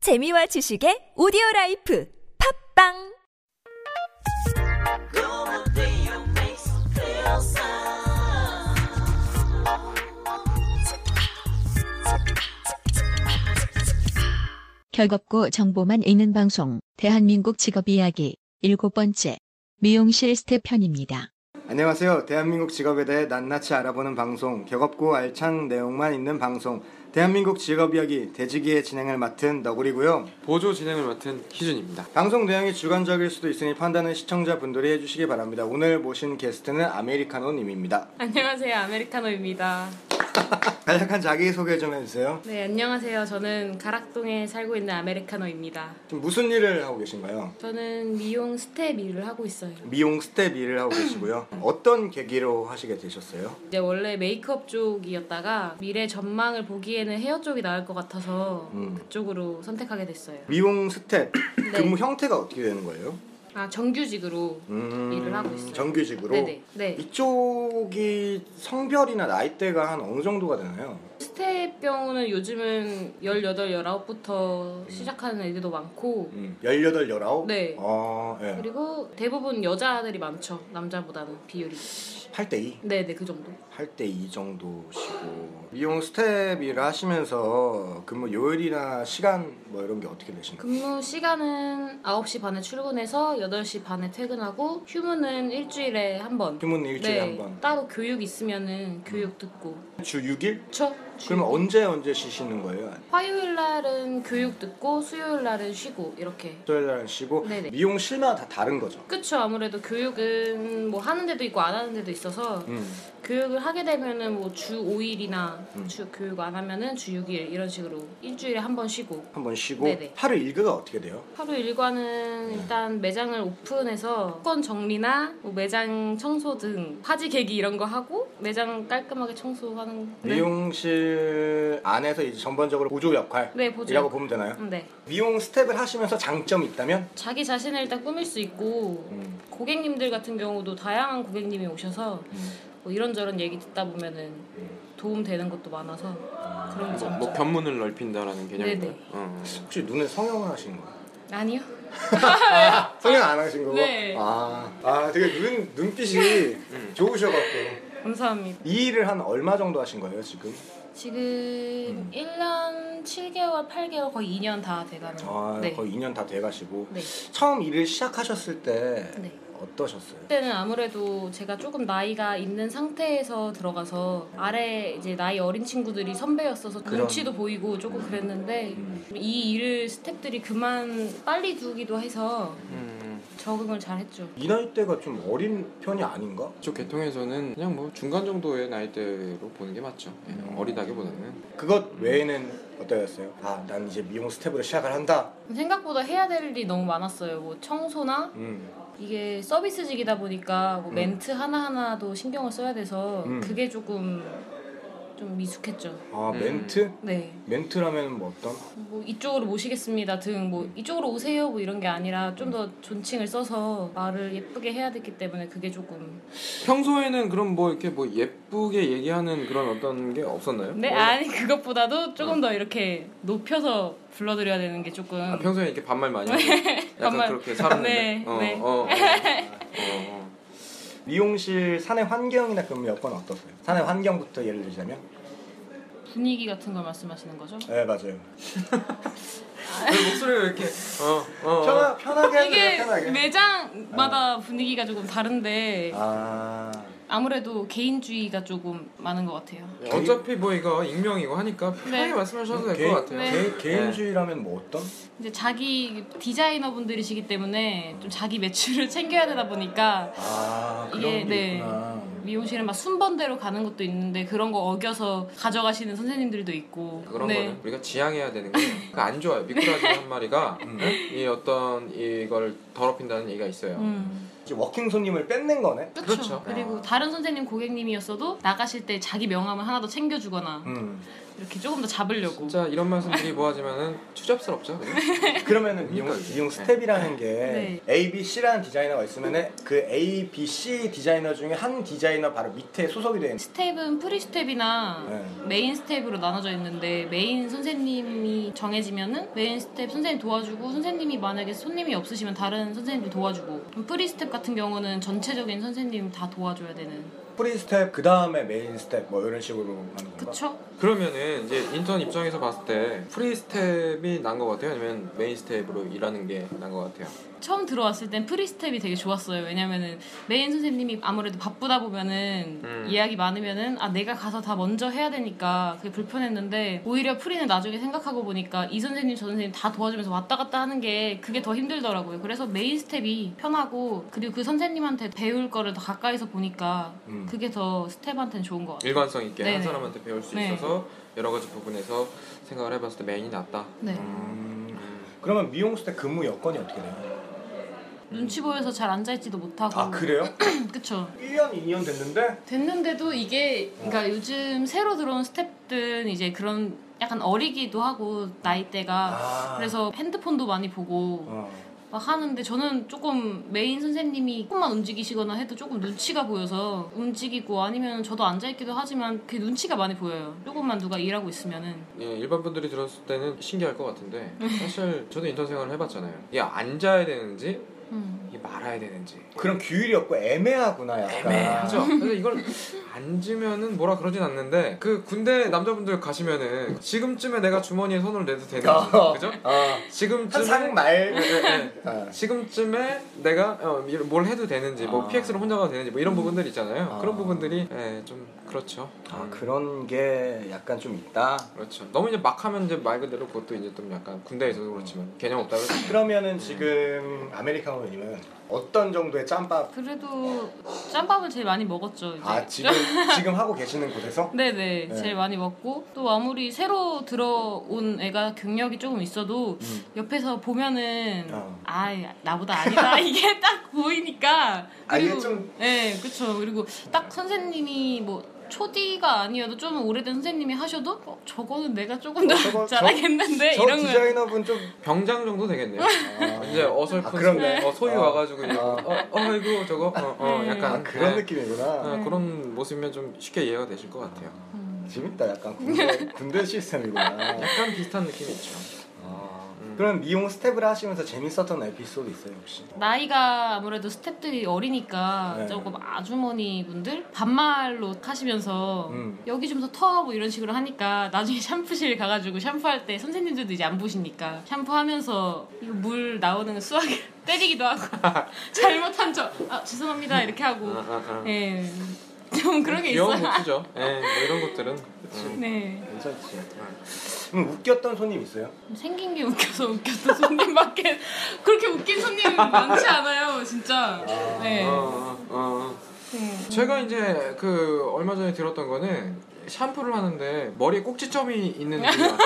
재미와 지식의 오디오 라이프 팝빵 결겁고 정보만 있는 방송 대한민국 직업 이야기 일곱 번째 미용실 스텝 편입니다. 안녕하세요. 대한민국 직업에 대해 낱낱이 알아보는 방송, 격없고 알찬 내용만 있는 방송, 대한민국 직업 이야기 대지기의 진행을 맡은 너구리고요. 보조 진행을 맡은 희준입니다. 방송 내용이 주관적일 수도 있으니 판단은 시청자분들이 해주시기 바랍니다. 오늘 모신 게스트는 아메리카노님입니다. 안녕하세요 아메리카노입니다 간략한 자기소개 좀 해주세요. 네 안녕하세요 저는 가락동에 살고 있는 아메리카노입니다 지금 무슨 일을 하고 계신가요? 저는 미용 스텝 일을 하고 있어요 미용 스텝 일을 하고 계시고요. 어떤 계기로 하시게 되셨어요? 이제 원래 메이크업 쪽이었다가 미래 전망을 보기에는 헤어 쪽이 나을 것 같아서 음. 그쪽으로 선택하게 됐어요 미용 스텝 네. 근무 형태가 어떻게 되는 거예요? 아 정규직으로 음, 일을 하고 있어요. 정규직으로. 네네 네 이쪽이 성별이나 나이대가 한 어느 정도가 되나요? 스텝 경우는 요즘은 18, 19부터 시작하는 애들도 많고 18, 19? 네. 음, 어, 예. 그리고 대부분 여자들이 많죠 남자보다는 비율이 8대2? 네네 그 정도 8대2 정도시고. 미용 스텝 일을 하시면서 근무 요일이나 시간 뭐 이런 게 어떻게 되신가요? 근무 시간은 9시 반에 출근해서 8시 반에 퇴근하고 휴무는 일주일에 한 번. 휴무는 일주일에 네, 한 번. 따로 교육 있으면은 교육 듣고. 주 6일? 그쵸? 그러면 언제 언제 쉬시는 거예요? 화요일 날은 교육 듣고 수요일 날은 쉬고 이렇게. 토요일 날 쉬고 네네. 미용실마다 다 다른 거죠. 그쵸 아무래도 교육은 뭐 하는 데도 있고 안 하는 데도 있어서 음. 교육을 하게 되면은 뭐 주 5일이나 음. 주 교육 안 하면은 주 6일 이런 식으로 일주일에 한 번 쉬고 한번 쉬고 네네. 하루 일과가 어떻게 돼요? 하루 일과는 일단 매장을 오픈해서 수건 정리나 뭐 매장 청소 등 화지 개기 이런 거 하고 매장 깔끔하게 청소하는 네. 미용실 안에서 이제 전반적으로 보조 역할이라고 네 보조 보면 되나요? 음, 네 미용 스텝을 하시면서 장점이 있다면? 자기 자신을 일단 꾸밀 수 있고 음. 고객님들 같은 경우도 다양한 고객님이 오셔서 음. 뭐 이런저런 얘기 듣다 보면은 도움 되는 것도 많아서 그런 게 뭐, 장점 뭐 견문을 넓힌다라는 개념인가요? 네네. 어, 혹시 눈에 성형을 하신 거예요? 아니요 아, 성형 안 하신 거고? 네. 아, 아 되게 눈, 눈빛이 음, 좋으셔갖고. 감사합니다 이 일을 한 얼마 정도 하신 거예요, 지금? 지금 음. 1년 7개월 8개월 거의 2년 다 돼가는 아, 네. 거의 2년 다 돼가시고. 네. 처음 일을 시작하셨을 때 네. 어떠셨어요? 그때는 아무래도 제가 조금 나이가 있는 상태에서 들어가서 아래 이제 나이 어린 친구들이 선배였어서 그럼. 눈치도 보이고 조금 그랬는데 음. 이 일을 스탭들이 그만 빨리 두기도 해서 음, 적응을 잘했죠. 이 나이대가 좀 어린 편이 아닌가? 이쪽 계통에서는 그냥 뭐 중간 정도의 나이대로 보는 게 맞죠. 예, 어리다기보다는 그것 외에는 어떠셨어요? 아, 난 이제 미용 스텝으로 시작을 한다. 생각보다 해야 될 일이 너무 많았어요. 뭐 청소나 음. 이게 서비스직이다 보니까 뭐 멘트 하나하나도 신경을 써야 돼서 음. 그게 조금 좀 미숙했죠. 아, 음. 멘트? 네. 멘트라면 뭐 어떤? 뭐 이쪽으로 모시겠습니다 등 음. 뭐 이쪽으로 오세요 뭐 이런 게 아니라 좀 더 존칭을 써서 말을 예쁘게 해야 됐기 때문에 그게 조금 평소에는 그럼 뭐 이렇게 뭐 예쁘게 얘기하는 그런 어떤 게 없었나요? 네 뭐, 어. 아니 그것보다도 조금 더 이렇게 높여서 불러드려야 되는 게 조금 아, 평소에 이렇게 반말 많이 하고 약간 네. 반말. 그렇게 살았는데. 네, 어, 네. 어, 어, 어, 어. 미용실 사내 환경이나 근무 여건 어떠세요? 사내 환경부터 예를 들자면? 분위기 같은 걸 말씀하시는 거죠? 네, 맞아요. 왜 목소리가 왜 이렇게 어, 어, 어. 편하, 편하게 하면 돼요, 이게 편하게. 매장마다 분위기가 조금 다른데 아 아무래도 개인주의가 조금 많은 것 같아요. 어차피 뭐 이거 익명이고 하니까 편하게 네. 말씀하셔도 될 개인- 것 같아요. 네. 개, 개인주의라면 뭐 어떤? 이제 자기 디자이너 분들이시기 때문에 좀 자기 매출을 챙겨야 되다 보니까 아 그런 이게, 게 네. 있구나. 미용실은 막 순번대로 가는 것도 있는데 그런 거 어겨서 가져가시는 선생님들도 있고 네. 그런 거는 우리가 지향해야 되는 게안 좋아요. 미꾸라지 한 마리가 이 어떤 이걸 더럽힌다는 얘기가 있어요. 음. 이제 워킹 손님을 뺏는 거네. 그렇죠. 그렇죠. 그리고 다른 선생님 고객님이었어도 나가실 때 자기 명함을 하나 더 챙겨주거나 음. 이렇게 조금 더 잡으려고. 진짜 이런 말씀들이 모아지면은 추잡스럽죠. 그죠? 그러면은 그러니까 이용, 이게. 이용 스텝이라는 게 네. A, B, C라는 디자이너가 있으면은 그 A, B, C 디자이너 중에 한 디자이너 바로 밑에 소속이 되는. 스텝은 프리 스텝이나 네. 메인 스텝으로 나눠져 있는데 메인 선생님이 정해지면은 메인 스텝 선생님 도와주고 선생님이 만약에 손님이 없으시면 다른 선생님도 도와주고 프리 스텝 같은 경우는 전체적인 선생님 다 도와줘야 되는 프리 스텝 그 다음에 메인 스텝 뭐 이런 식으로 하는 건가? 그쵸? 그러면은 이제 인턴 입장에서 봤을 때 프리 스텝이 난 것 같아요. 아니면 메인 스텝으로 일하는 게 난 것 같아요. 처음 들어왔을 땐 프리 스텝이 되게 좋았어요 왜냐면은 메인 선생님이 아무래도 바쁘다 보면은 음. 이야기 많으면은 아 내가 가서 다 먼저 해야 되니까 그게 불편했는데 오히려 프리는 나중에 생각하고 보니까 이 선생님 저 선생님 다 도와주면서 왔다 갔다 하는 게 그게 더 힘들더라고요 그래서 메인 스텝이 편하고 그리고 그 선생님한테 배울 거를 더 가까이서 보니까 음. 그게 더 스텝한테는 좋은 것 같아요 일관성 있게 한 네네. 사람한테 배울 수 네. 있어서 여러 가지 부분에서 생각을 해봤을 때 메인이 낫다. 네. 음, 음. 그러면 미용 스텝 근무 여건이 어떻게 돼요? 눈치 보여서 잘 앉아있지도 못하고 아 그래요? 그쵸 1년 2년 됐는데 됐는데도 이게 그러니까 요즘 새로 들어온 스탭들은 이제 그런 약간 어리기도 하고 나이대가 아. 그래서 핸드폰도 많이 보고 어. 막 하는데 저는 조금 메인 선생님이 조금만 움직이시거나 해도 조금 눈치가 보여서 움직이고 아니면 저도 앉아 있기도 하지만 그게 눈치가 많이 보여요. 조금만 누가 일하고 있으면은 예, 일반 분들이 들었을 때는 신기할 것 같은데 음. 사실 저도 인턴 생활을 해봤잖아요. 이게 앉아야 되는지 음. 이게 말아야 되는지 그런 규율이 없고 애매하구나 약간. 애매하죠. 그래서 이걸 앉으면은 뭐라 그러진 않는데 그 군대 남자분들 가시면은 지금쯤에 내가 주머니에 손을 내도 되는지 어. 그죠? 어. 지금쯤에 예, 한상말. 예, 예. 어. 지금쯤에 내가 어, 이런 뭘 해도 되는지 뭐 아. PX를 혼자 가도 되는지 뭐 이런 부분들 있잖아요. 아. 그런 부분들이 예, 좀 그렇죠. 아 음, 그런 게 약간 좀 있다. 그렇죠. 너무 이제 막 하면 이제 말 그대로 그것도 이제 좀 약간 군대에서도 음. 그렇지만 개념 없다고 해서 그러면은 지금 아메리카노님은 어떤 정도의 짬밥? 그래도 짬밥을 제일 많이 먹었죠. 이제. 아 지금 지금 하고 계시는 곳에서? 네네 네. 제일 많이 먹고 또 아무리 새로 들어온 애가 경력이 조금 있어도 음. 옆에서 보면은 어. 아 나보다 아니다 이게 딱 보이니까 아, 이게 좀- 네 그쵸 그리고 딱 선생님이 뭐 초디가 아니어도 좀 오래된 선생님이 하셔도 어, 저거는 내가 조금 더 어, 저거- 저- 잘하겠는데 저 네, 이런 거 디자이너분 좀 병장 정도 되겠네요. 아, 이제 어설픈 아, 그렇네. 어, 소위 어. 와가지고 이제 아. 어, 어 이거 저거 어, 어 음. 약간 아, 그런 예. 느낌이구나. 아, 그런 모습이면 좀 쉽게 이해가 되실 것 같아요. 네. 음. 재밌다 약간 군대, 군대 시스템이구나. 약간 비슷한 느낌이 있죠. 아, 음. 그럼 미용 스텝을 하시면서 재밌었던 에피소드 있어요 혹시? 나이가 아무래도 스탭들이 어리니까 네. 조금 아주머니분들 반말로 하시면서 음. 여기 좀 더 터하고 이런 식으로 하니까 나중에 샴푸실 가가지고 샴푸할 때 선생님들도 이제 안 보시니까 샴푸하면서 이거 물 나오는 수화기 때리기도 하고 잘못한 척 아 죄송합니다 이렇게 하고 아, 아, 아. 예. 좀 그런 게 귀여운 있어요. 모습이죠. 예, 뭐 이런 것들은 음. 네. 괜찮지. 음. 그럼 웃겼던 손님 있어요? 생긴 게 웃겨서 웃겼던 손님밖에 그렇게 웃긴 손님 많지 않아요, 진짜. 네. 어, 어, 어. 음. 제가 이제 그 얼마 전에 들었던 거는 샴푸를 하는데 머리에 꼭지점이 있는 분이 왔어요.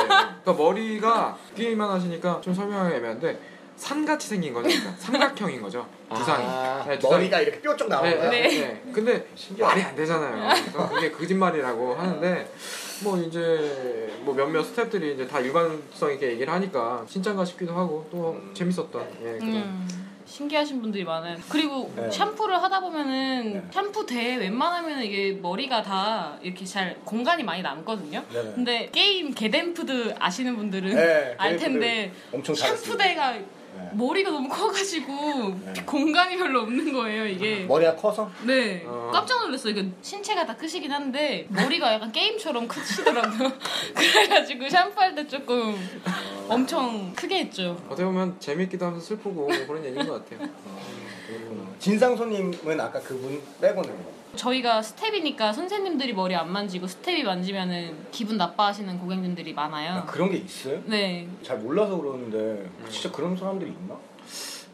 그러니까 머리가 끼만 하시니까 좀 설명하기 애매한데 산같이 생긴 거죠. 그러니까 삼각형인 거죠. 두상이. 아, 네, 두상이. 머리가 이렇게 뾰족 나오는 네, 거야? 네. 네. 근데 신기하다. 말이 안 되잖아요. 그래서 그게 거짓말이라고 하는데 뭐 이제 뭐 몇몇 스탭들이 이제 다 일관성 있게 얘기를 하니까 진짠가 싶기도 하고 또 음. 재밌었던 예, 그런 음, 신기하신 분들이 많아요. 그리고 네. 샴푸를 하다 보면은 네. 샴푸 대에 웬만하면 이게 머리가 다 이렇게 잘 공간이 많이 남거든요. 네네. 근데 게임 개댄푸드 아시는 분들은 네, 알 텐데 엄청 잘했습니다. 샴푸대가 네. 머리가 너무 커가지고 네. 공간이 별로 없는 거예요 이게. 머리가 커서? 네 어. 깜짝 놀랐어요. 이게 신체가 다 크시긴 한데 머리가 약간 게임처럼 크시더라고요. 그래가지고 샴푸할 때 조금 어. 엄청 크게 했죠. 어떻게 보면 재밌기도 하면서 슬프고 뭐 그런 얘기인 것 같아요. 어. 진상 손님은 아까 그분 빼고는 뭐? 저희가 스텝이니까 선생님들이 머리 안 만지고 스텝이 만지면은 기분 나빠하시는 고객님들이 많아요. 아, 그런 게 있어요? 네. 잘 몰라서 그러는데 진짜 그런 사람들이 있나?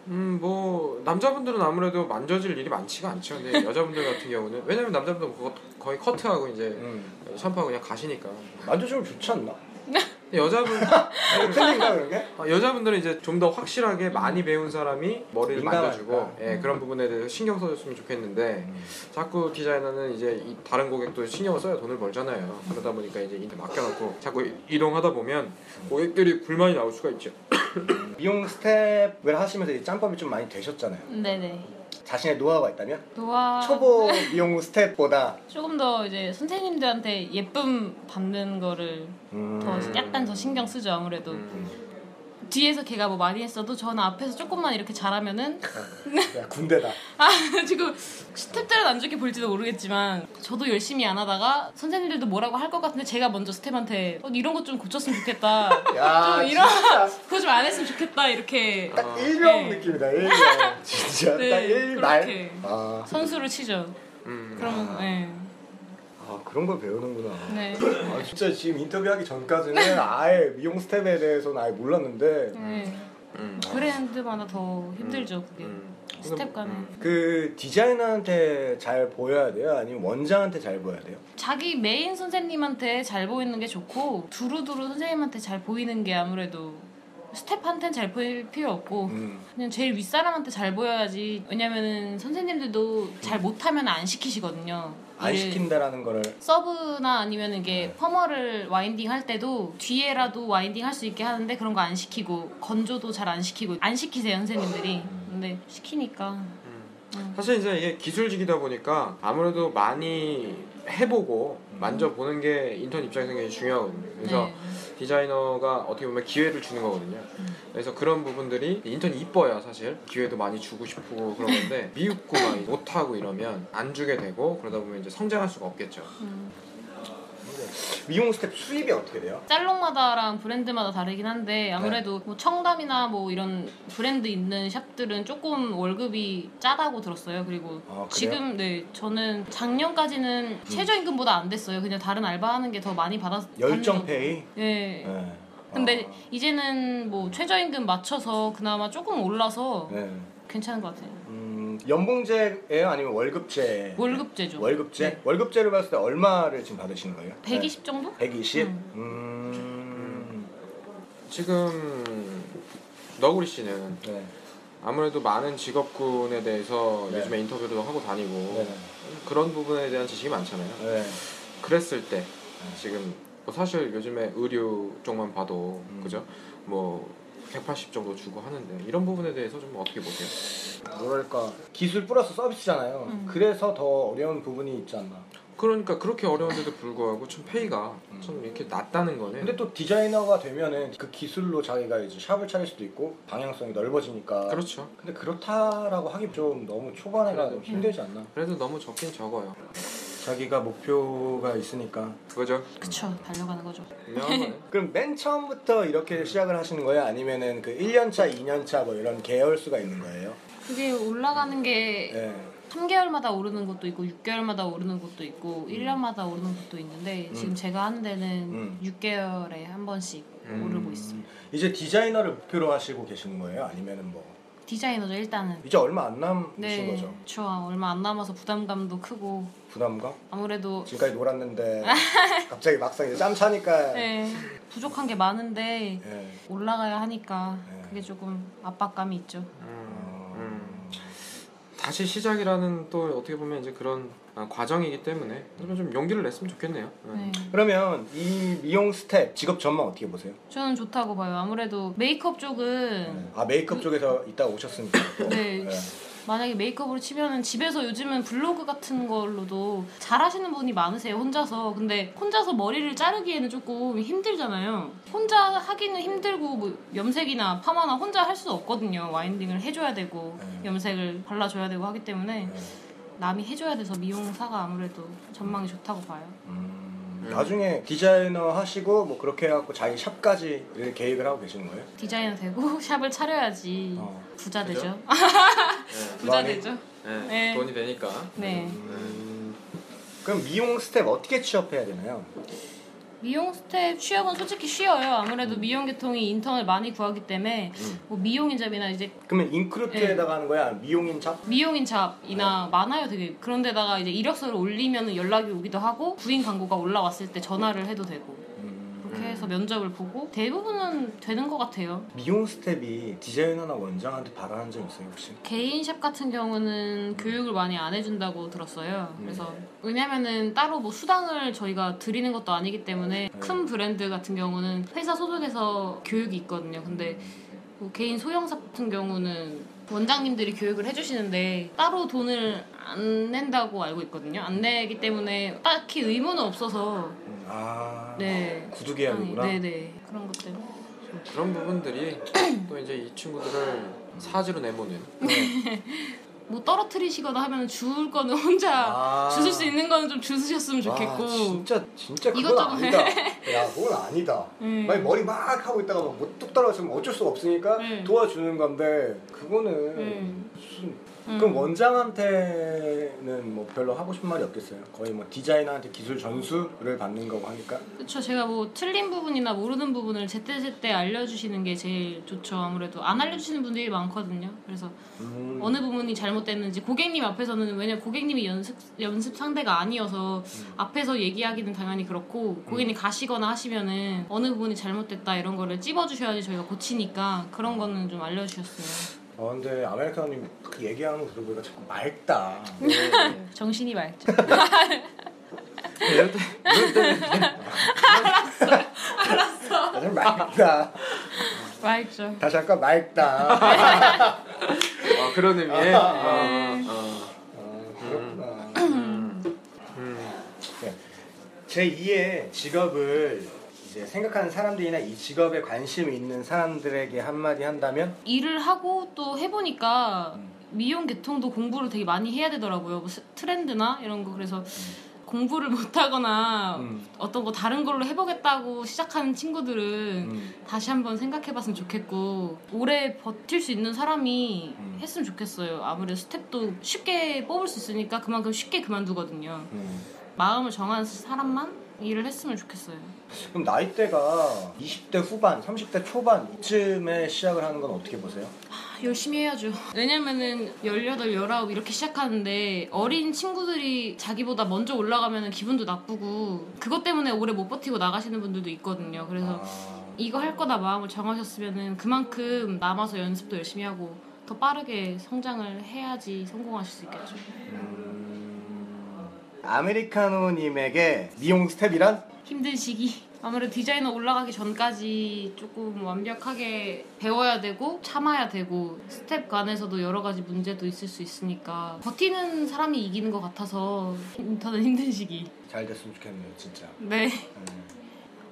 음 뭐 남자분들은 아무래도 만져질 일이 많지가 않죠. 근데 여자분들 같은 경우는 왜냐면 남자분들은 그거 거의 커트하고 이제 음. 샴푸하고 그냥 가시니까 만져주면 좋지 않나? 여자분 틀린가 그런 게? 어, 여자분들은 이제 좀 더 확실하게 많이 배운 사람이 음. 머리를 민감하니까. 음. 만져주고 예, 그런 부분에 대해서 신경 써줬으면 좋겠는데 자꾸 디자이너는 이제 이 다른 고객도 신경을 써야 돈을 벌잖아요. 그러다 보니까 이제 이 맡겨놓고 자꾸 이- 이동하다 보면 음. 고객들이 불만이 나올 수가 있죠. 미용 스텝을 하시면서 이 짬밥이 좀 많이 되셨잖아요. 네네. 자신의 노하우가 있다면? 노아 초보 미용 스텝보다 조금 더 이제 선생님들한테 예쁨 받는 거를 음, 더 약간 더 신경 쓰죠 아무래도 음. 뒤에서 걔가 뭐 많이 했어도 저는 앞에서 조금만 이렇게 잘하면은 야, 군대다. 아 지금 스텝들은 안 좋게 볼지도 모르겠지만 저도 열심히 안 하다가 선생님들도 뭐라고 할 것 같은데 제가 먼저 스텝한테 어, 이런 것 좀 고쳤으면 좋겠다 야, 아, 좀 이런- 진짜 그거 좀 안 했으면 좋겠다 이렇게 딱 일명 네. 느낌이다. 일명. 진짜 네, 딱 일말. 그렇게. 아, 선수를 치죠 음. 그러면 네. 아, 그런 걸 배우는구나. 네. 아, 진짜 지금 인터뷰하기 전까지는 아예 미용 스텝에 대해서는 아예 몰랐는데 네. 음. 브랜드마다 더 힘들죠 그게 음. 스텝 가면 그 디자이너한테 잘 보여야 돼요? 아니면 원장한테 잘 보여야 돼요? 자기 메인 선생님한테 잘 보이는 게 좋고 두루두루 선생님한테 잘 보이는 게 아무래도 스텝한테는 잘 보일 필요 없고 음. 그냥 제일 윗사람한테 잘 보여야지 왜냐면은 선생님들도 잘 못하면 안 시키시거든요 안 일을. 시킨다라는 거를 서브나 아니면 이게 퍼머를 와인딩 할 때도 뒤에라도 와인딩 할 수 있게 하는데 그런 거 안 시키고 건조도 잘 안 시키고 안 시키세요 선생님들이 근데 시키니까 음. 사실 이제 이게 기술직이다 보니까 아무래도 많이 해보고 음. 만져보는 게 인턴 입장에서 굉장히 중요하거든요. 그래서 네. 디자이너가 어떻게 보면 기회를 주는 거거든요. 그래서 그런 부분들이 인턴이 이뻐야 사실 기회도 많이 주고 싶고 그런 건데 미흡고 막 못하고 이러면 안 주게 되고 그러다 보면 이제 성장할 수가 없겠죠. 음. 미용 스텝 수입이 어떻게 돼요? 살롱마다랑 브랜드마다 다르긴 한데 아무래도 네. 뭐 청담이나 뭐 이런 브랜드 있는 샵들은 조금 월급이 짜다고 들었어요. 그리고 아, 그래요? 음. 지금 네 저는 작년까지는 최저임금보다 안 됐어요. 그냥 다른 알바하는 게 더 많이 받았. 열정 받는 거- 페이. 네. 네. 근데 아, 이제는 뭐 최저임금 맞춰서 그나마 조금 올라서 네. 괜찮은 것 같아요. 음, 연봉제예요? 아니면 월급제? 월급제죠. 월급제? 네. 월급제를 봤을 때 얼마를 지금 받으시는 거예요? 120 정도? 네. 120? 음. 음. 지금 너구리 씨는 네. 아무래도 많은 직업군에 대해서 네. 요즘에 인터뷰도 하고 다니고 네. 그런 부분에 대한 지식이 많잖아요. 네. 그랬을 때 지금 뭐 사실 요즘에 의료 쪽만 봐도 음. 그죠? 뭐 180 정도 주고 하는데 이런 부분에 대해서 좀 어떻게 보세요? 뭐랄까 기술 플러스 서비스잖아요. 음. 그래서 더 어려운 부분이 있지 않나. 그러니까 그렇게 어려운데도 불구하고 참 페이가 참 이렇게 낮다는 거네. 근데 또 디자이너가 되면은 그 기술로 자기가 이제 샵을 차릴 수도 있고 방향성이 넓어지니까. 그렇죠. 근데 그렇다라고 하기 좀 너무 초반에가 그래도- 힘들지 않나. 그래도 너무 적긴 적어요. 음. 자기가 목표가 있으니까. 그거죠? 그쵸 달려가는 거죠. 분명한 거네. 그럼 맨 처음부터 이렇게 시작을 하시는 거예요? 아니면은 그 1년차, 2년차 뭐 이런 계열 수가 있는 거예요? 그게 올라가는 게 네. 3개월마다 오르는 것도 있고 6개월마다 오르는 것도 있고 1년마다 오르는 것도 있는데 음. 지금 제가 하는 데는 음. 6개월에 한 번씩 음. 오르고 있어요. 이제 디자이너를 목표로 하시고 계시는 거예요? 아니면은 뭐 디자이너죠 일단은. 이제 얼마 안 남으신 네. 거죠? 저 얼마 안 남아서 부담감도 크고 부담감? 아무래도 지금까지 놀았는데 갑자기 막상 이제 짬 차니까 네, 부족한 게 많은데 예. 올라가야 하니까 네. 그게 조금 압박감이 있죠. 음, 음. 다시 시작이라는 또 어떻게 보면 이제 그런 아, 과정이기 때문에 좀- 좀 용기를 냈으면 좋겠네요. 네. 그러면 이 미용 스텝 직업 전망 어떻게 보세요? 저는 좋다고 봐요. 아무래도 메이크업 쪽은 아 메이크업 쪽에서 이따 오셨으니까 또. 네. 예. 만약에 메이크업으로 치면은 집에서 요즘은 블로그 같은 걸로도 잘 하시는 분이 많으세요 혼자서 근데 혼자서 머리를 자르기에는 조금 힘들잖아요 혼자 하기는 힘들고 뭐 염색이나 파마나 혼자 할 수 없거든요 와인딩을 해줘야 되고 네. 염색을 발라줘야 되고 하기 때문에 예. 남이 해줘야 돼서 미용사가 아무래도 전망이 좋다고 봐요 음, 음. 나중에 디자이너 하시고 뭐 그렇게 해갖고 자기 샵까지 이렇게 계획을 하고 계시는 거예요? 디자이너 되고 샵을 차려야지 어. 부자 되죠 아, 부자 많이? 되죠 네. 네. 돈이 되니까. 네 음, 그럼 미용 스텝 어떻게 취업해야 되나요? 미용 스텝 취업은 솔직히 쉬워요. 음. 아무래도 미용 계통이 인턴을 많이 구하기 때문에 뭐 미용인잡이나 이제 그러면 인크루트에다가 네. 하는 거야? 아니면 미용인 샵? 네. 미용인잡이나 많아요 되게 그런데다가 이제 이력서를 올리면 연락이 오기도 하고 구인 광고가 올라왔을 때 전화를 해도 되고 음, 그렇게 해서 면접을 보고 대부분은 되는 것 같아요. 미용 스텝이 디자이너나 원장한테 바라는 점 있어요 혹시? 개인샵 같은 경우는 교육을 많이 안 해준다고 들었어요. 네. 그래서 왜냐면은 따로 뭐 수당을 저희가 드리는 것도 아니기 때문에 큰 브랜드 같은 경우는 회사 소속에서 교육이 있거든요. 근데 뭐 개인 소형샵 같은 경우는 원장님들이 교육을 해주시는데 따로 돈을 안 낸다고 알고 있거든요. 안 내기 때문에 딱히 의무는 없어서 음, 아 네. 구두 계약이구나. 네네 그런 것들. 그런 부분들이 또 이제 이 친구들을 사지로 내모는 네. 뭐 떨어뜨리시거나 하면 주울 거는 혼자 아. 주술 수 있는 거는 좀 주우셨으면 좋겠고 아, 진짜 진짜 그건 이것저것 아니다. 야 그건 아니다. 음. 만약 머리 막 하고 있다가 뭐뚝 떨어졌으면 어쩔 수가 없으니까 음. 도와주는 건데 그거는 음. 무슨 음. 그럼 뭐- 원장한테는 뭐 별로 하고 싶은 말이 없겠어요. 거의 뭐 디자이너한테 기술 전수를 받는 거고 하니까 그렇죠. 제가 뭐 틀린 부분이나 모르는 부분을 제때제때 알려주시는 게 제일 좋죠. 아무래도 안 알려주시는 분들이 많거든요. 그래서 음. 어느 부분이 잘못됐는지 고객님 앞에서는 왜냐 면 고객님이 연습 연습 상대가 아니어서 음. 앞에서 얘기하기는 당연히 그렇고 고객님 가시거나 하시면은 어느 부분이 잘못됐다 이런 거를 찝어주셔야지 저희가 고치니까 음. 그런 거는 좀 알려주셨어요. 어, 근데 아메리카노님 그 얘기하는 거 들어보니까 자꾸 맑다. 네. 정신이 맑죠. 이럴 때 이럴 때는 아주 맑다. 맑죠. 다시 할까 맑다. 아, 그런 의미에 아, 아. 어, 그렇구나. 음. 음. 네. 제 2의 직업을 이제 생각하는 사람들이나 이 직업에 관심 있는 사람들에게 한마디 한다면 일을 하고 또 해보니까 음. 미용 계통도 공부를 되게 많이 해야 되더라고요. 뭐 스- 트렌드나 이런 거 그래서 공부를 못하거나 음. 어떤 거 다른 걸로 해보겠다고 시작하는 친구들은 음, 다시 한번 생각해봤으면 좋겠고 오래 버틸 수 있는 사람이 음. 했으면 좋겠어요. 아무래도 스텝도 쉽게 뽑을 수 있으니까 그만큼 쉽게 그만두거든요. 음. 마음을 정한 사람만 일을 했으면 좋겠어요. 그럼 나이대가 20대 후반, 30대 초반쯤에 시작을 하는 건 어떻게 보세요? 열심히 해야죠. 왜냐면은 18, 19 이렇게 시작하는데 어린 친구들이 자기보다 먼저 올라가면 기분도 나쁘고 그것 때문에 오래 못 버티고 나가시는 분들도 있거든요. 그래서 아, 이거 할 거다 마음을 정하셨으면은 그만큼 남아서 연습도 열심히 하고 더 빠르게 성장을 해야지 성공하실 수 있겠죠. 음. 아메리카노님에게 미용 스텝이란? 힘든 시기. 아무래도 디자이너 올라가기 전까지 조금 완벽하게 배워야 되고 참아야 되고 스텝 간에서도 여러 가지 문제도 있을 수 있으니까 버티는 사람이 이기는 것 같아서 인턴은 힘든 시기. 잘 됐으면 좋겠네요, 진짜. 음. 네.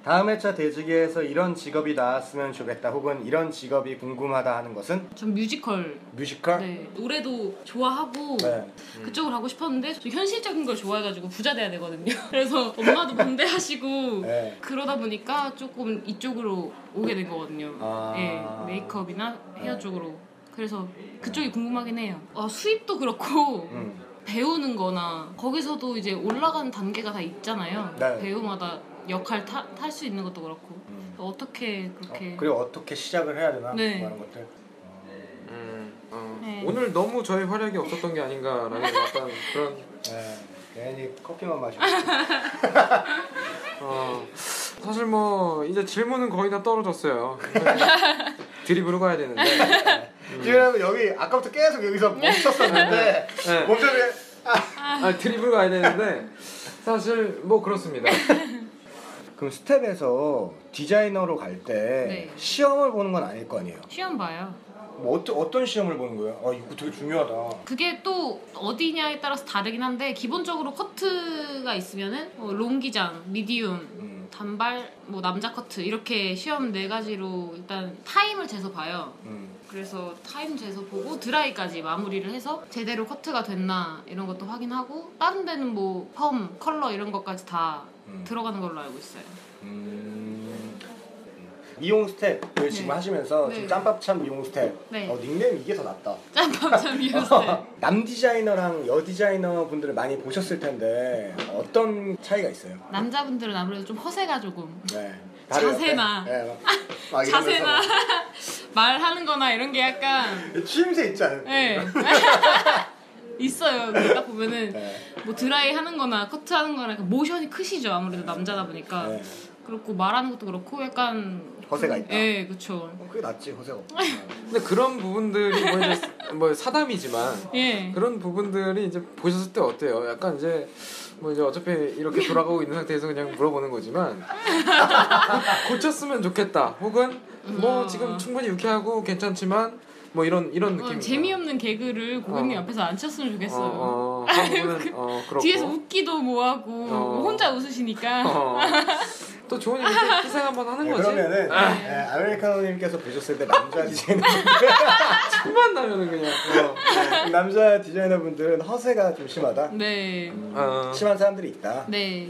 다음 회차 대지기에서 이런 직업이 나왔으면 좋겠다 혹은 이런 직업이 궁금하다 하는 것은 전 뮤지컬 뮤지컬? 네. 노래도 좋아하고 네. 그쪽으로 가고 싶었는데 저 현실적인 걸 좋아해가지고 부자 돼야 되거든요. 그래서 엄마도 반대하시고 네. 그러다 보니까 조금 이쪽으로 오게 된 거거든요. 아. 예, 메이크업이나 헤어 네. 쪽으로. 그래서 그쪽이 궁금하긴 해요. 아, 수입도 그렇고 음. 배우는 거나 거기서도 이제 올라가는 단계가 다 있잖아요. 네. 배우마다 역할 탈 수 있는 것도 그렇고 음. 어떻게 그렇게 어, 그리고 어떻게 시작을 해야 되나 네. 그런 것들. 어, 음. 어. 네. 오늘 너무 저의 활약이 없었던 게 아닌가라는 약간 그런 네. 괜히 커피만 마시고. 음. 있어요. 어, 사실 뭐 이제 질문은 거의 다 떨어졌어요. 드립으로 가야 되는데 지금 여기 아까부터 계속 여기서 네. 멈췄었는데 네. 멈췄는데 아, 드립으로 가야 되는데 사실 뭐 그렇습니다. 그럼 스텝에서 디자이너로 갈 때 네. 시험을 보는 건 아닐 거 아니에요. 시험 봐요. 뭐 어떠, 어떤 시험을 보는 거예요? 아 이거 되게 중요하다. 그게 또 어디냐에 따라서 다르긴 한데 기본적으로 커트가 있으면은 어, 롱기장, 미디움, 음. 단발, 뭐 남자 커트 이렇게 시험 네 가지로 일단 타임을 재서 봐요. 음. 그래서 타임 재서 보고 드라이까지 마무리를 해서 제대로 커트가 됐나 이런 것도 확인하고 다른 데는 뭐 펌, 컬러 이런 것까지 다 음. 들어가는 걸로 알고 있어요. 음. 미용 스텝을 지금 네. 하시면서 네. 지금 짬밥참 미용 스텝. 네. 어, 닉네임 이게 더 낫다. 짬밥참 미웠어요. 남 디자이너랑 여 디자이너 분들을 많이 보셨을 텐데 어떤 차이가 있어요? 남자분들은 아무래도 좀 허세가 조금 네. 자세나. 아, 네, 막, 막 이러면서 자세나 말하는 거나 이런 게 약간 막 추임새 있지 않아요? 네. 있어요. 그딱 보면은 네. 뭐 드라이 하는 거나 커트 하는 거나 약간 모션이 크시죠. 아무래도 남자다 보니까. 네. 그렇고 말하는 것도 그렇고 약간 허세가 있다. 예, 그렇죠. 어, 네, 그게 낫지 허세가 없 네. 근데 그런 부분들이 뭐, 이제 뭐 사담이지만 예. 그런 부분들이 이제 보셨을 때 어때요? 약간 이제 뭐 이제 어차피 이렇게 돌아가고 있는 상태에서 그냥 물어보는 거지만 고- 고쳤으면 좋겠다. 혹은 뭐 음. 지금 충분히 유쾌하고 괜찮지만 뭐 이런 이런 어, 느낌. 재미없는 개그를 고객님 어. 앞에서 안 쳤으면 어, 좋겠어요. 어, 그런 부분은 어, 그렇고. 뒤에서 웃기도 뭐하고 어. 혼자 웃으시니까 어. 또 좋은 일기 희생 한번 하는 거지. 네, 그러면은 아. 예, 아메리카노님께서 보셨을 때 남자 디자이너 한번 아, 나면은 그냥. 어. 네, 남자 디자이너분들은 허세가 좀 심하다. 네. 어. 심한 사람들이 있다. 네.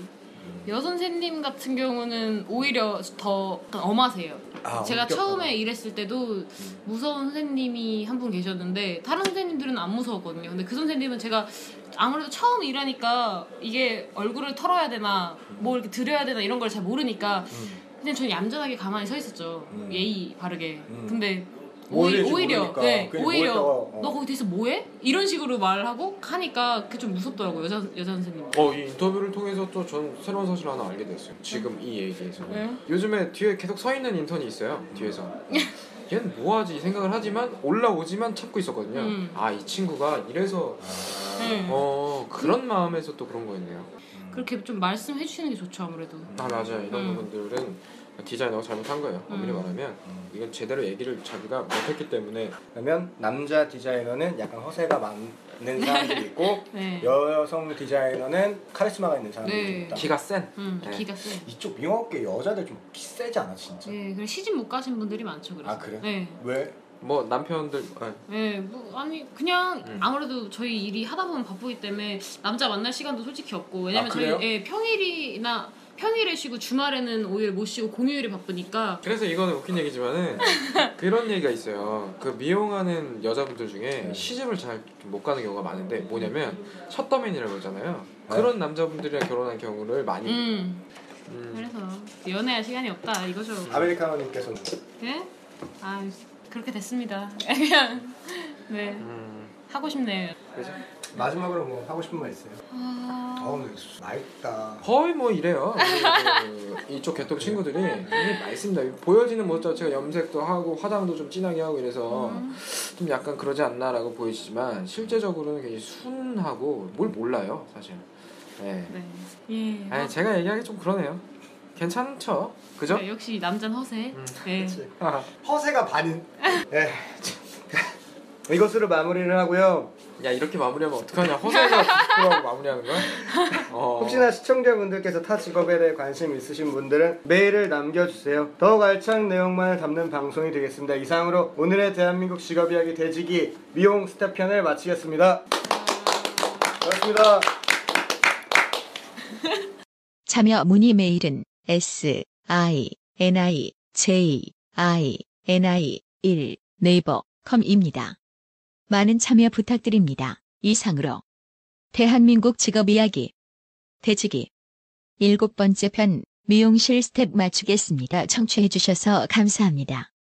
여선생님 같은 경우는 오히려 더 약간 엄하세요. 아, 제가 엄격. 처음에 일했을 때도 무서운 선생님이 한 분 계셨는데 다른 선생님들은 안 무서웠거든요. 근데 그 선생님은 제가 아무래도 처음 일하니까 이게 얼굴을 털어야 되나 뭐 이렇게 드려야 되나 이런 걸 잘 모르니까 그냥 저는 얌전하게 가만히 서 있었죠. 음. 예의 바르게. 음. 근데 뭐 오히려 일인지 오히려 모르니까 네, 괜히 뭐 오히려 했다가, 어. 너 거기 대서 뭐해? 이런 식으로 말하고 하니까 그게 좀 무섭더라고요. 여자 여자 선생님. 어, 이 인터뷰를 통해서 또 전 새로운 사실 을 하나 알게 됐어요. 지금 이 얘기에서. 왜요? 요즘에 뒤에 계속 서 있는 인턴이 있어요. 뒤에서. 얘는 뭐하지 이 생각을 하지만 올라오지만 참고 있었거든요. 음. 아, 이 친구가 이래서 네. 어, 그런 마음에서 또 그런 거였네요. 음. 그렇게 좀 말씀해 주시는 게 좋죠 아무래도. 아, 맞아요. 이런 음. 부분들은 디자이너가 잘못한 거예요. 엄밀히 음. 말하면 이건 제대로 얘기를 자기가 못했기 때문에 그러면 남자 디자이너는 약간 허세가 많은 사람들이 있고 네. 여성 디자이너는 카리스마가 있는 사람들이 좀 네. 있다. 기가 센. 음, 네. 기가 세. 이쪽 미용업계 여자들 좀 키 세지 않아 진짜? 네, 그래 시집 못 가신 분들이 많죠. 그래서. 아, 그래요? 네. 왜? 뭐 남편들 아, 네, 뭐 아니 그냥 음. 아무래도 저희 일이 하다 보면 바쁘기 때문에 남자 만날 시간도 솔직히 없고 아, 왜냐면 저희 그래요? 예, 평일이나 평일에 쉬고 주말에는 오히려 못 쉬고 공휴일에 바쁘니까 그래서 이거는 웃긴 얘기지만은 그런 얘기가 있어요. 그 미용하는 여자분들 중에 네. 시집을 잘 못 가는 경우가 많은데 음. 뭐냐면 셧더맨이라고 그러잖아요. 네. 그런 남자분들한 결혼한 경우를 많이 음 음, 그래서 연애할 시간이 없다 이거죠. 아메리카노님께서는 네? 아 그렇게 됐습니다. 그냥 네 음, 하고 싶네요. 그래서 마지막으로 뭐 하고 싶은 말 있어요? 아, 어우 네. 맛있다. 거의 뭐 이래요. 우리 그 이쪽 네. 개통 친구들이 굉장히 많습니다. 보여지는 모습 자체가 염색도 하고 화장도 좀 진하게 하고 이래서 어. 음. 좀 약간 그러지 않나라고 보이시지만 실제적으로는 굉장히 순하고 뭘 몰라요 사실. 네. 네. 예. 아니 제가 얘기하기 좀 그러네요. 괜찮죠? 그죠? 네, 역시 남자는 허세. 음. 네. 그치. 아, 허세가 반인. 예. 이것으로 마무리를 하고요. 야 이렇게 마무리하면 어떡하냐? 허세가 부끄러워 마무리하는 거야? 어. 혹시나 시청자분들께서 타 직업에 대해 관심 있으신 분들은 메일을 남겨주세요. 더욱 알찬 내용만을 담는 방송이 되겠습니다. 이상으로 오늘의 대한민국 직업이야기 대지기 미용 스타 편을 마치겠습니다. 고맙습니다. 참여 문의 메일은 s i n i j i n i 1 네이버 컴입니다. 많은 참여 부탁드립니다. 이상으로 대한민국 직업 이야기 대지기 일곱 번째 편 미용실 스텝 맞추겠습니다. 청취해 주셔서 감사합니다.